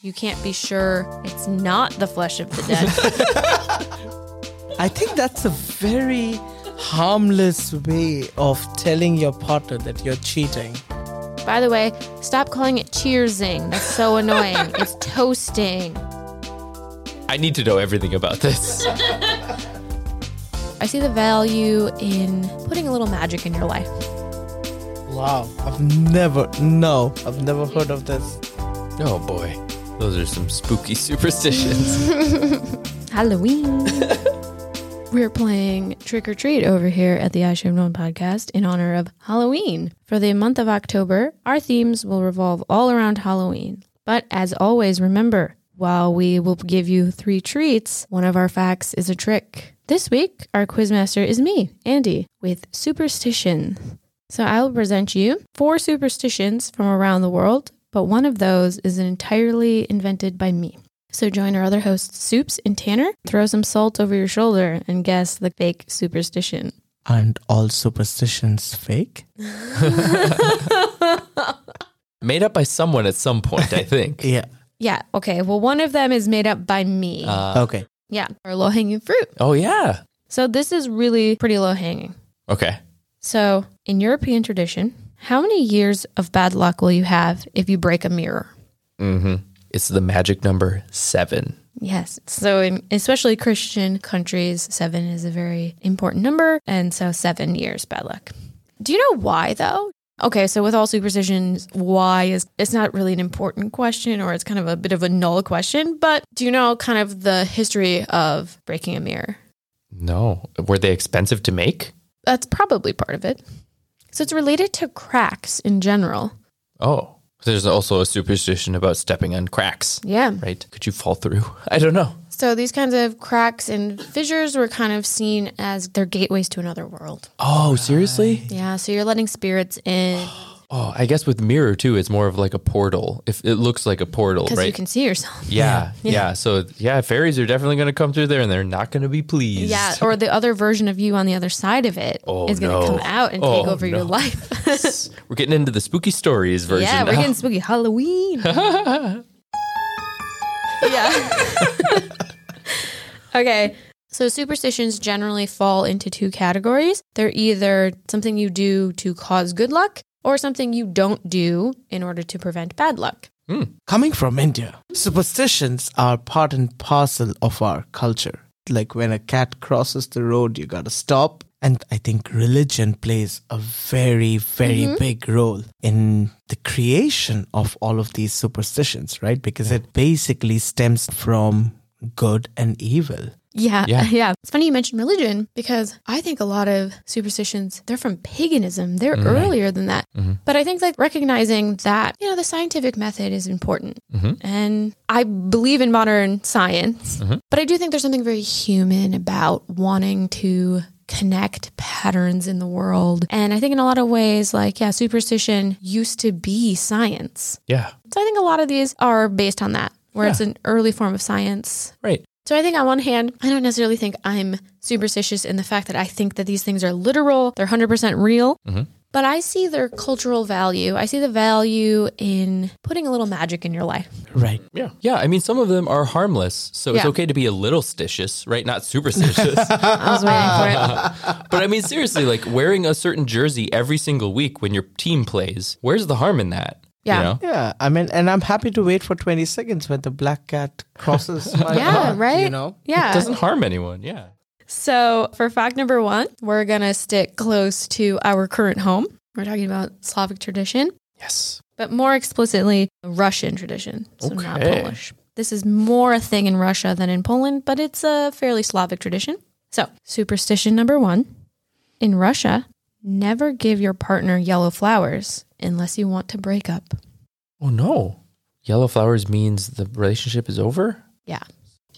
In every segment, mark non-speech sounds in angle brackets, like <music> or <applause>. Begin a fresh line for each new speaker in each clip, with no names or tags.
You can't be sure it's not the flesh of the dead.
I think that's a very harmless way of telling your partner that you're cheating.
By the way, stop calling it cheersing. That's so annoying. it's toasting.
I need to know everything about this.
I see the value in putting a little magic in your life.
Wow. I've never, no, I've never heard of this.
oh boy. Those are some spooky superstitions.
Halloween. We're playing Trick or Treat over here at the I Should Have Known podcast in honor of Halloween. For the month of October, our themes will revolve all around Halloween. But as always, remember, while we will give you three treats, one of our facts is a trick. This week, our quizmaster is me, Andy, with superstition. So I will present you four superstitions from around the world, but one of those is entirely invented by me. So join our other hosts, Soups and Tanner. Throw some salt over your shoulder and guess the fake superstition.
Aren't all superstitions fake?
<laughs> Made up by someone at some point, I think.
Yeah.
Yeah. Okay. Well, one of them is made up by me.
Uh,
Okay.
yeah. Or low hanging fruit.
<laughs> oh, yeah.
So this is really pretty low hanging.
Okay.
So in European tradition, how many years of bad luck will you have if you break a mirror?
hmm It's the magic number seven.
Yes. So, in, especially Christian countries, seven is a very important number. And so, seven years bad luck. Do you know why, though? Okay. So, with all superstitions, why is it's not really an important question or it's kind of a bit of a null question. But do you know kind of the history of breaking a mirror?
No. Were they expensive to make?
That's probably part of it. So, it's related to cracks in general.
Oh. There's also a superstition about stepping on cracks,
Yeah.
right? Could you fall through? <laughs> I don't know.
So, these kinds of cracks and fissures were kind of seen as their gateways to another world.
Oh, seriously?
Yeah. So, you're letting spirits in.
Oh, I guess with mirror too, it's more of like a portal. If it looks like a portal,
because
right?
you can see yourself.
yeah, yeah, So yeah, fairies are definitely going to come through there, and they're not going to be pleased.
Yeah, or the other version of you on the other side of it is
Oh,
going
no.
to come out and take
Oh,
over your
no.
life. <laughs>
we're getting into the spooky stories <laughs> version.
yeah, we're
now.
getting spooky
<laughs>
Halloween. yeah. <laughs> okay. So superstitions generally fall into two categories. They're either something you do to cause good luck or something you don't do in order to prevent bad luck.
Coming from India, superstitions are part and parcel of our culture. Like when a cat crosses the road, you gotta stop. And I think religion plays a very, very
Mm-hmm.
big role in the creation of all of these superstitions, right? Because it basically stems from good and evil.
Yeah,
Yeah.
<laughs> yeah. It's funny you mentioned religion because I think a lot of superstitions, they're from paganism. They're earlier than that. But I think like recognizing that, you know, the scientific method is important. And I believe in modern science, but I do think there's something very human about wanting to connect patterns in the world. And I think in a lot of ways, like, yeah, superstition used to be science.
yeah,
So I think a lot of these are based on that, where it's an early form of science
right.
so I think on one hand, I don't necessarily think I'm superstitious in the fact that I think that these things are literal, they're 100% real. But I see their cultural value. I see the value in putting a little magic in your
<laughs>
life.
Right.
Yeah, yeah. I mean, some of them are harmless, so it's
Yeah.
okay to be a little stitious, right? Not superstitious.
<laughs> I was waiting for it.
But I mean, seriously, like wearing a certain jersey every single week when your team plays, where's the harm in that?
Yeah.
Yeah, I mean, and I'm happy to wait for 20 seconds when the black cat crosses
<laughs>
my
Yeah,
<laughs> path,
right?
You know?
It
Yeah.
doesn't harm anyone. Yeah.
So for fact number one, we're going to stick close to our current home. We're talking about Slavic tradition.
Yes.
but more explicitly Russian tradition, so not
Okay.
Polish. This is more a thing in Russia than in Poland, but it's a fairly Slavic tradition. So, superstition number one in Russia, never give your partner yellow flowers unless you want to break up.
Oh no. Yellow flowers means the relationship is over?
Yeah.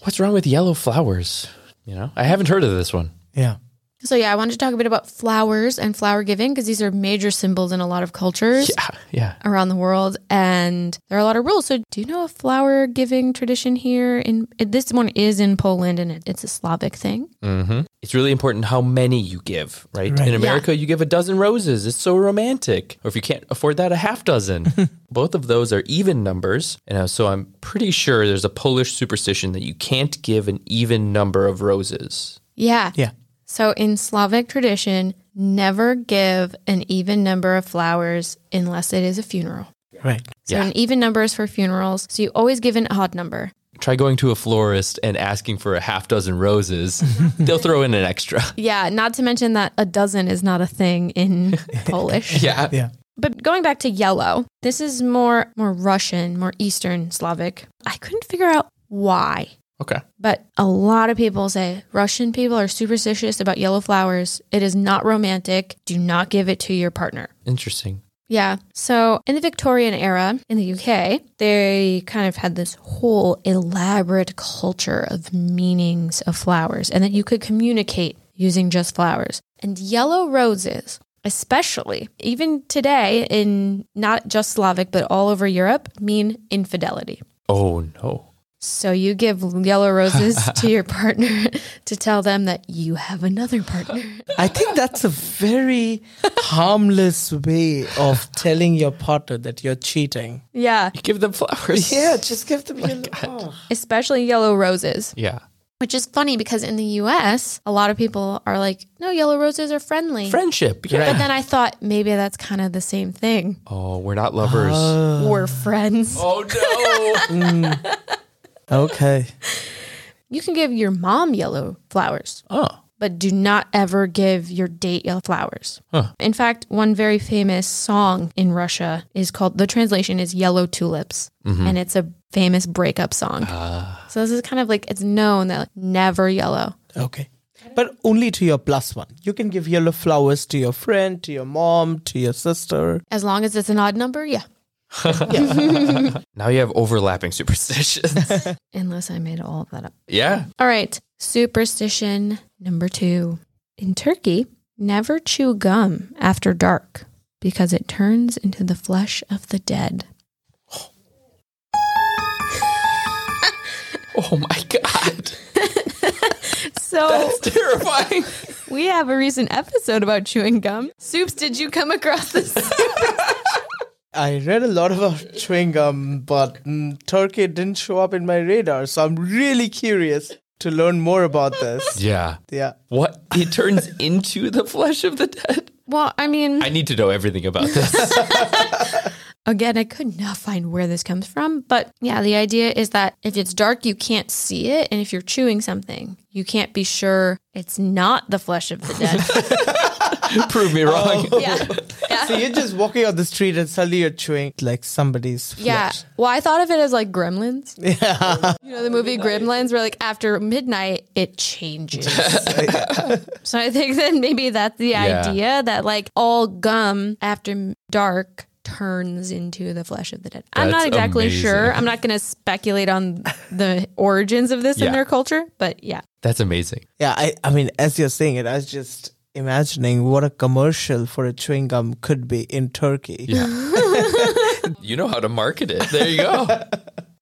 What's wrong with yellow flowers? You know, I haven't heard of this one. <laughs>
Yeah.
So yeah, I wanted to talk a bit about flowers and flower giving because these are major symbols in a lot of cultures
Yeah, yeah.
around the world, and there are a lot of rules. So do you know a flower giving tradition here? In this one is in Poland, and it, it's a Slavic thing.
Mm. It's really important how many you give, right?
Right.
In America, you give a dozen roses. It's so romantic. Or if you can't afford that, a half dozen. Both of those are even numbers. And uh, so I'm pretty sure there's a Polish superstition that you can't give an even number of roses.
Yeah.
Yeah.
So in Slavic tradition, never give an even number of flowers unless it is a funeral.
Right.
So
Yeah.
an even number is for funerals. So you always give an odd number.
Try going to a florist and asking for a half dozen roses. They'll throw in an extra.
Yeah, not to mention that a dozen is not a thing
<laughs>
in Polish.
Yeah.
Yeah.
But going back to yellow, this is more more Russian, more Eastern Slavic. I couldn't figure out why.
Okay.
But a lot of people say Russian people are superstitious about yellow flowers. It is not romantic. Do not give it to your partner.
Interesting.
Yeah. So in the Victorian era in the UK, they kind of had this whole elaborate culture of meanings of flowers and that you could communicate using just flowers. And yellow roses, especially even today in not just Slavic, but all over Europe, mean infidelity.
Oh, no.
So you give yellow roses to your partner to tell them that you have another partner.
I think that's a very harmless way of telling your partner that you're cheating.
Yeah,
Give them
<laughs>
flowers.
Yeah, just give them your oh.
especially yellow roses.
Yeah.
Which is funny because in the US, a lot of people are like, no, yellow roses are friendly.
Friendship. Yeah.
But then I thought maybe that's kind of the same thing.
Oh, we're not lovers.
We're friends.
oh, no.
Okay.
You can give your mom yellow flowers,
oh.
but do not ever give your date yellow flowers. In fact, one very famous song in Russia is called, the translation is Yellow Tulips,
Mm-hmm.
and it's a famous breakup song.
Ah.
So this is kind of like, it's known that like, never yellow.
Okay. But only to your plus one. You can give yellow flowers to your friend, to your mom, to your sister.
As long as it's an odd number, yeah.
Now you have overlapping superstitions. <laughs>
Unless I made all of that up.
yeah.
All right. Superstition number two. In Turkey, never chew gum after dark because it turns into the flesh of the dead.
Oh my god.
So
That's terrifying.
we have a recent episode about chewing gum. Soups, did you come across this?
I read a lot about <laughs> chewing gum, but mm, Turkey didn't show up in my radar, so I'm really curious to learn more about <laughs> this.
Yeah.
Yeah.
What? It turns into the flesh of the dead?
<laughs> well, I mean,
I need to know everything about <laughs> this.
again, I could not find where this comes from, but yeah, the idea is that if it's dark, you can't see it, and if you're chewing something, you can't be sure it's not the flesh of the dead.
Prove me wrong.
<laughs> yeah. yeah.
So you're just walking on the street and suddenly you're chewing like somebody's
Yeah.
flesh.
Well, I thought of it as like
<laughs>
Gremlins.
Yeah.
You know the movie Gremlins, where like after midnight it
<laughs>
changes. so I think that maybe that's the
Yeah.
idea that like all gum after m- dark turns into the flesh of the dead. I'm
That's
not exactly
amazing.
sure. I'm not going to speculate on the origins of this
Yeah.
in their culture, but yeah.
That's amazing.
Yeah, I, I mean, as you're saying it, I was just imagining what a commercial for a chewing gum could be in Turkey.
Yeah. you know how to market it. There you <laughs> go.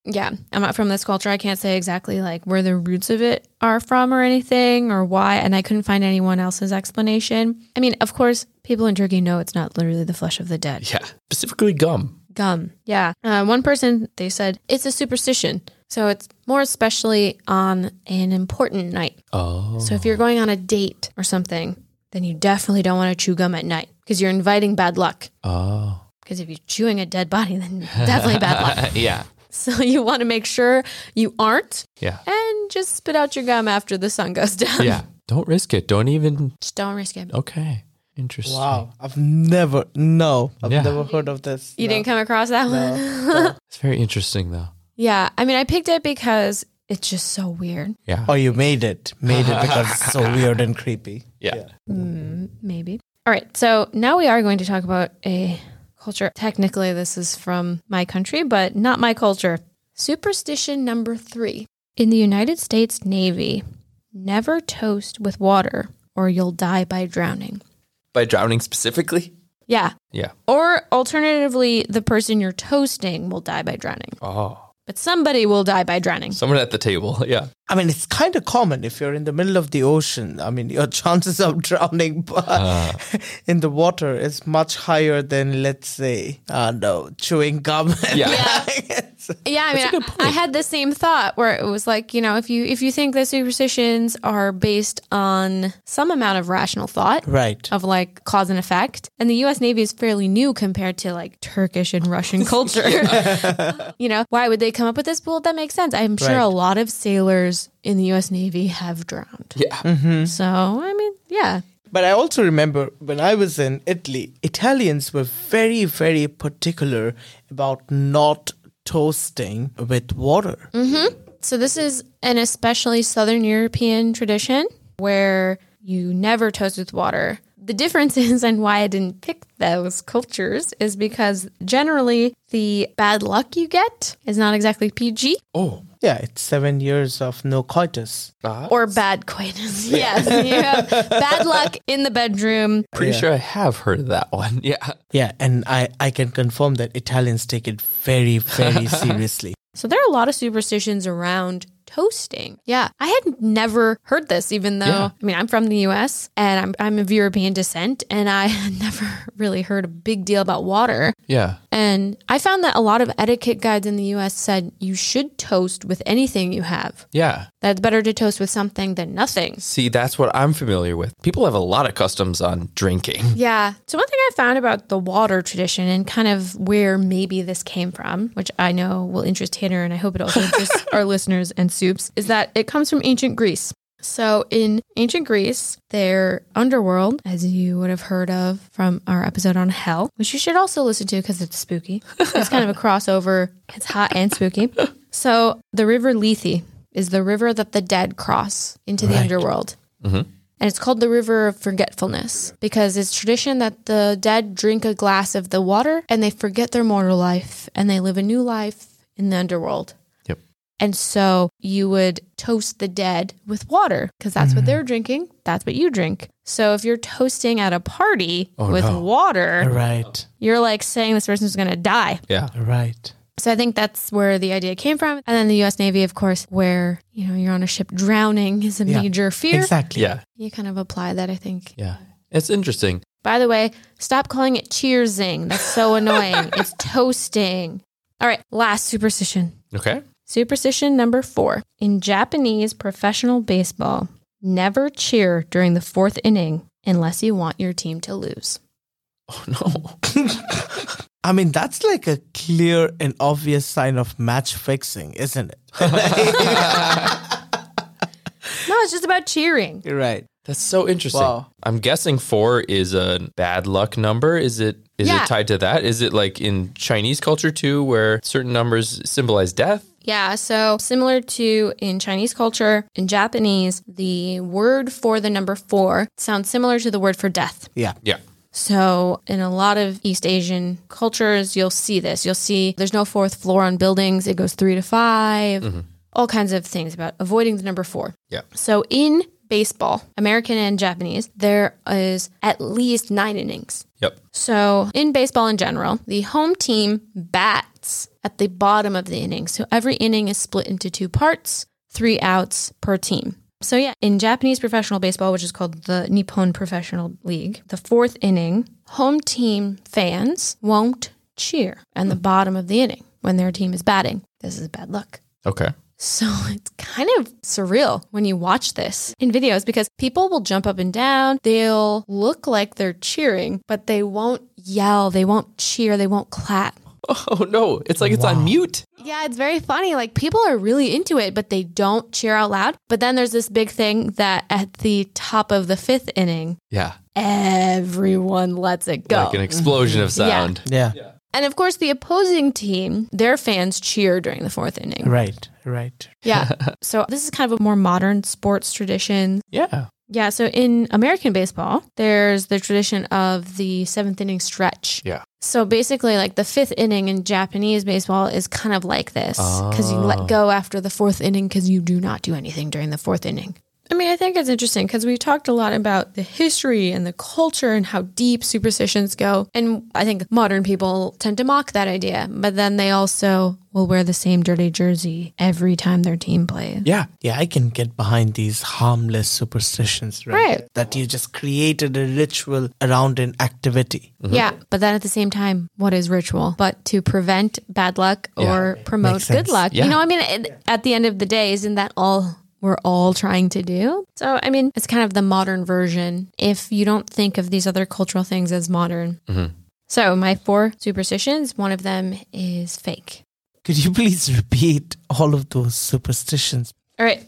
Yeah, I'm not from this culture. I can't say exactly like where the roots of it are from or anything or why. And I couldn't find anyone else's explanation. I mean, of course, people in Turkey know it's not literally the flesh of the dead.
Yeah. Specifically gum.
Gum. Yeah. Uh, one person, they said it's a superstition. So it's more especially on an important night.
Oh.
So if you're going on a date or something, then you definitely don't want to chew gum at night because you're inviting bad luck.
Oh.
Because if you're chewing a dead body, then <laughs> definitely bad luck.
<laughs> yeah.
So you want to make sure you aren't
<laughs> Yeah.
and just spit out your gum after the sun goes <laughs> down.
Yeah. Don't risk it. Don't even.
Just don't risk it.
Okay. Interesting.
Wow. I've never, no, I've
Yeah.
never heard of this.
You
No.
didn't come across that one? <laughs>
No.
It's very interesting though.
Yeah. I mean, I picked it because it's just so weird.
Yeah.
<laughs> Oh, you made it. Made it because it's so weird and creepy.
yeah.
Mm, maybe. All right. So now we are going to talk about a culture. Technically, this is from my country, but not my culture. Superstition number three in the United States Navy never toast with water or you'll die by drowning.
By drowning specifically?
Yeah.
Yeah.
Or alternatively, the person you're toasting will die by drowning,
Oh.
but somebody will die by drowning.
Someone at the table. <laughs> Yeah.
I mean, it's kind of common if you're in the middle of the ocean. I mean, your <laughs> chances of drowning by-
Ah.
in the water is much higher than, let's say, I don't know, chewing gum.
Yeah.
<laughs>
Yeah, I mean,
a good
I, I
point.
had the same thought where it was like, you know, if you if you think that superstitions are based on some amount of rational thought,
right.
of like cause and effect. And the US Navy is fairly new compared to like Turkish and
<laughs>
Russian culture. <laughs> you know, why would they come up with this? Well, that makes sense. I'm sure
Right.
a lot of sailors in the US Navy have drowned.
Yeah.
So, I mean, yeah.
But I also remember when I was in Italy, Italians were very, very particular about not toasting with water.
So, this is an especially Southern European tradition where you never toast with water. The difference <laughs> is, and why I didn't pick those cultures, is because generally the bad luck you get is not exactly PG.
Oh.
Yeah, it's seven years of no coitus.
Uh,
or bad coitus. <laughs> Yes, you have bad luck in the bedroom.
pretty sure I have heard of that one. <laughs> Yeah.
Yeah, and I, I can confirm that Italians take it very, very seriously.
So there are a lot of superstitions around toasting. Yeah, I had never heard this, even though
Yeah.
I mean I'm from the U.S. and I'm I'm of European descent, and I <laughs> had never really heard a big deal about water.
Yeah.
And I found that a lot of etiquette guides in the U.S. said you should toast with anything you have.
Yeah.
That it's better to toast with something than nothing.
See, that's what I'm familiar with. People have a lot of customs on drinking.
Yeah. So one thing I found about the water tradition and kind of where maybe this came from, which I know will interest Tanner and I hope it also interests our listeners and soups, is that it comes from ancient Greece. So in ancient Greece, their underworld, as you would have heard of from our episode on hell, which you should also listen to because it's spooky. It's kind of a crossover. It's hot and spooky. So the river Lethe is the river that the dead cross into the underworld. And it's called the River of Forgetfulness because it's tradition that the dead drink a glass of the water and they forget their mortal life and they live a new life in the underworld.
<laughs> Yep.
And so you would toast the dead with water because that's what they're drinking. That's what you drink. So if you're toasting at a party with
no.
water,
Right,
you're like saying this person's going to die.
Yeah.
right.
So I think that's where the idea came from. And then the US Navy, of course, where, you know, you're on a ship drowning is a
Yeah.
major fear.
Exactly.
Yeah.
You kind of apply that, I think,
Yeah. It's interesting.
By the way, stop calling it cheersing. That's so annoying. It's toasting. All right, last superstition.
Okay. <laughs>
Superstition number four. In Japanese professional baseball, never cheer during the fourth inning unless you want your team to lose.
Oh, no. <laughs>
I mean, that's like a clear and obvious sign of match fixing, isn't it?
No, it's just about cheering.
You're <laughs> right.
That's so interesting.
Wow.
I'm guessing four is a bad luck number. Is it is
Yeah.
it tied to that? Is it like in Chinese culture too, where certain numbers symbolize death?
Yeah, so similar to in Chinese culture, in Japanese, the word for the number four sounds similar to the word for death.
Yeah.
Yeah.
So, in a lot of East Asian cultures, you'll see this. You'll see there's no fourth floor on buildings, it goes three to 5 all kinds of things about avoiding the number four.
Yeah.
So, in baseball, American and Japanese, there is at least nine innings.
Yep.
So, in baseball in general, the home team bats at the bottom of the inning. So, every inning is split into two parts, three outs per team. So, yeah, in Japanese professional baseball, which is called the Nippon Professional League, the fourth inning, home team fans won't cheer at the bottom of the inning when their team is batting. This is bad luck.
Okay.
So <laughs> it's kind of surreal when you watch this in videos because people will jump up and down. They'll look like they're cheering, but they won't yell. They won't cheer. They won't clap.
Oh no. It's like it's on mute.
Yeah, it's very funny. Like people are really into it, but they don't cheer out loud. But then there's this big thing that at the top of the fifth inning,
Yeah.
everyone lets it go.
Like an explosion of sound.
Yeah.
and of course, the opposing team, their fans cheer during the fourth inning.
Right. Right.
Yeah. <laughs> so this is kind of a more modern sports tradition.
Yeah.
Yeah, so in American baseball, there's the tradition of the seventh inning stretch.
Yeah.
So basically, like the fifth inning in Japanese baseball is kind of like this because you let go after the fourth inning because you do not do anything during the fourth inning. I mean, I think it's interesting because we've talked a lot about the history and the culture and how deep superstitions go. And I think modern people tend to mock that idea, but then they also will wear the same dirty jersey every time their team plays.
Yeah.
Yeah, I can get behind these harmless superstitions, right?
Right.
That you just created a ritual around an activity.
Yeah. But then at the same time, what is ritual? But to prevent bad luck or promote
Makes sense.
good luck.
Yeah.
You know, I mean, it, at the end of the day, isn't that all? We're all trying to do. So, I mean, it's kind of the modern version if you don't think of these other cultural things as modern.
Mm-hmm.
So, my four superstitions, one of them is fake.
Could you please <laughs> repeat all of those superstitions?
All right.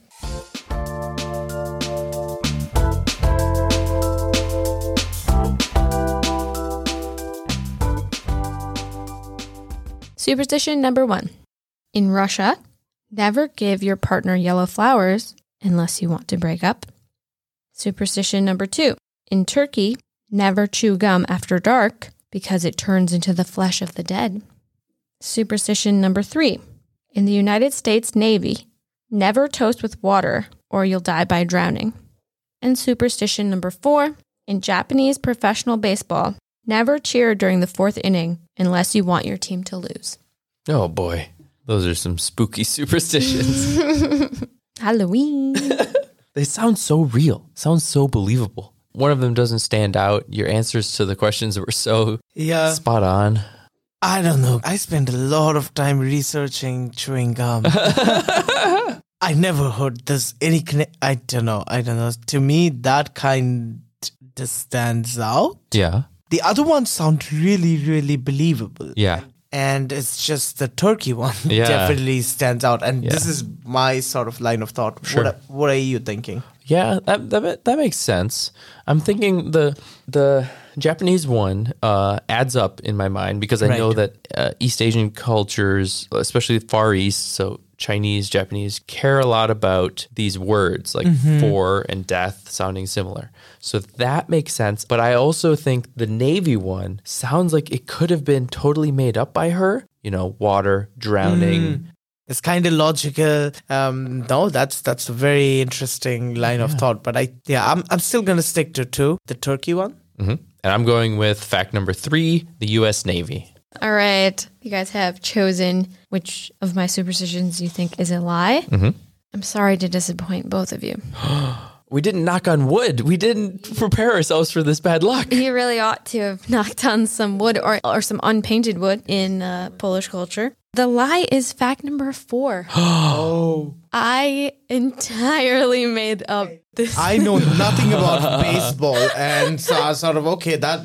Superstition number one in Russia, never give your partner yellow flowers unless you want to break up. Superstition number two in Turkey, never chew gum after dark because it turns into the flesh of the dead. Superstition number three in the United States Navy, Never toast with water or you'll die by drowning. And superstition number four in Japanese professional baseball, never cheer during the fourth inning unless you want your team to <laughs> lose.
Oh boy. Those are some spooky <laughs> superstitions.
Halloween.
they sound so real. Sounds so believable. One of them doesn't stand out. Your answers to the questions were so
Yeah.
spot on. <laughs>
I don't know. I spent a lot of time researching chewing gum. I never heard this any conne- I don't know. I don't know. To me that kind just stands out.
Yeah.
The other ones sound really really believable.
Yeah.
and it's just the turkey one <laughs>
Yeah.
definitely stands out and this
Yeah.
is my sort of line of thought
Sure.
what, what are you thinking
Yeah, that, that ma- that makes sense. I'm thinking the the Japanese one uh, adds up in my mind because I
Right.
know that uh, East Asian cultures, especially Far East, so Chinese, Japanese, care a lot about these words like for and death sounding similar. So that makes sense. But I also think the Navy one sounds like it could have been totally made up by her. You know, water, drowning.
it's kind of logical um no that's that's a very interesting line of thought but i yeah i'm, I'm still gonna stick to two the turkey one
hmm And I'm going with fact number three the U.S. Navy.
<laughs> All right. You guys have chosen which of my superstitions you think is a lie. I'm sorry to disappoint both of you.
We didn't knock on wood. We didn't prepare ourselves for this
<laughs>
bad luck.
You really ought to have knocked on some wood or, or some unpainted wood in uh, Polish culture. The lie is fact number four.
oh
I entirely made up this.
i
<laughs>
know nothing about baseball and so i was sort of okay that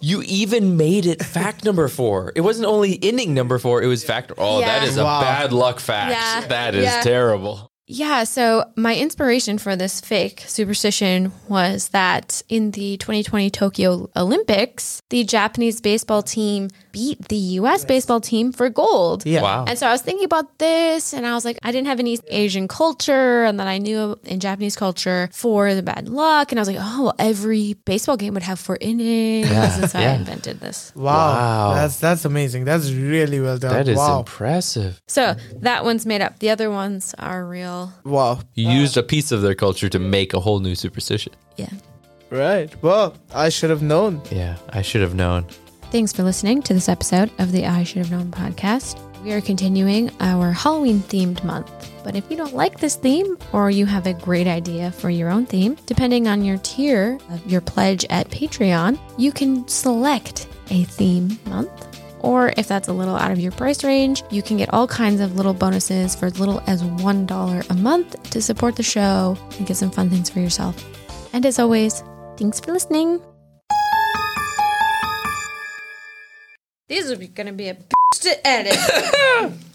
You even made it fact number four. It wasn't only inning number four, it was fact. Oh, that
Yeah.
is a
Wow.
bad luck fact.
Yeah.
That is
Yeah.
terrible.
yeah, so my inspiration for this fake superstition was that in the 2020 Tokyo Olympics, the Japanese baseball team beat the US baseball team for gold.
yeah
Wow.
And so I was thinking about this, and I was like, I didn't have any Asian culture, and then I knew in Japanese culture for the bad luck, and I was like, oh, well, every baseball game would have four innings, and so I
yeah.
invented this.
Wow.
Wow.
that's that's amazing. That's really well done.
That is
wow,
impressive.
So that one's made up. The other ones are real.
wow,
You used a piece of their culture to make a whole new superstition.
Yeah.
right? Well, I should have known.
Yeah, I should have known.
Thanks for listening to this episode of the I Should Have Known podcast. We are continuing our Halloween themed month. But if you don't like this theme or you have a great idea for your own theme, depending on your tier of your pledge at Patreon, you can select a theme month. Or if that's a little out of your price range, you can get all kinds of little bonuses for as little as $1 a month to support the show and get some fun things for yourself. And as always, thanks for listening. These are going to be a bitch to edit.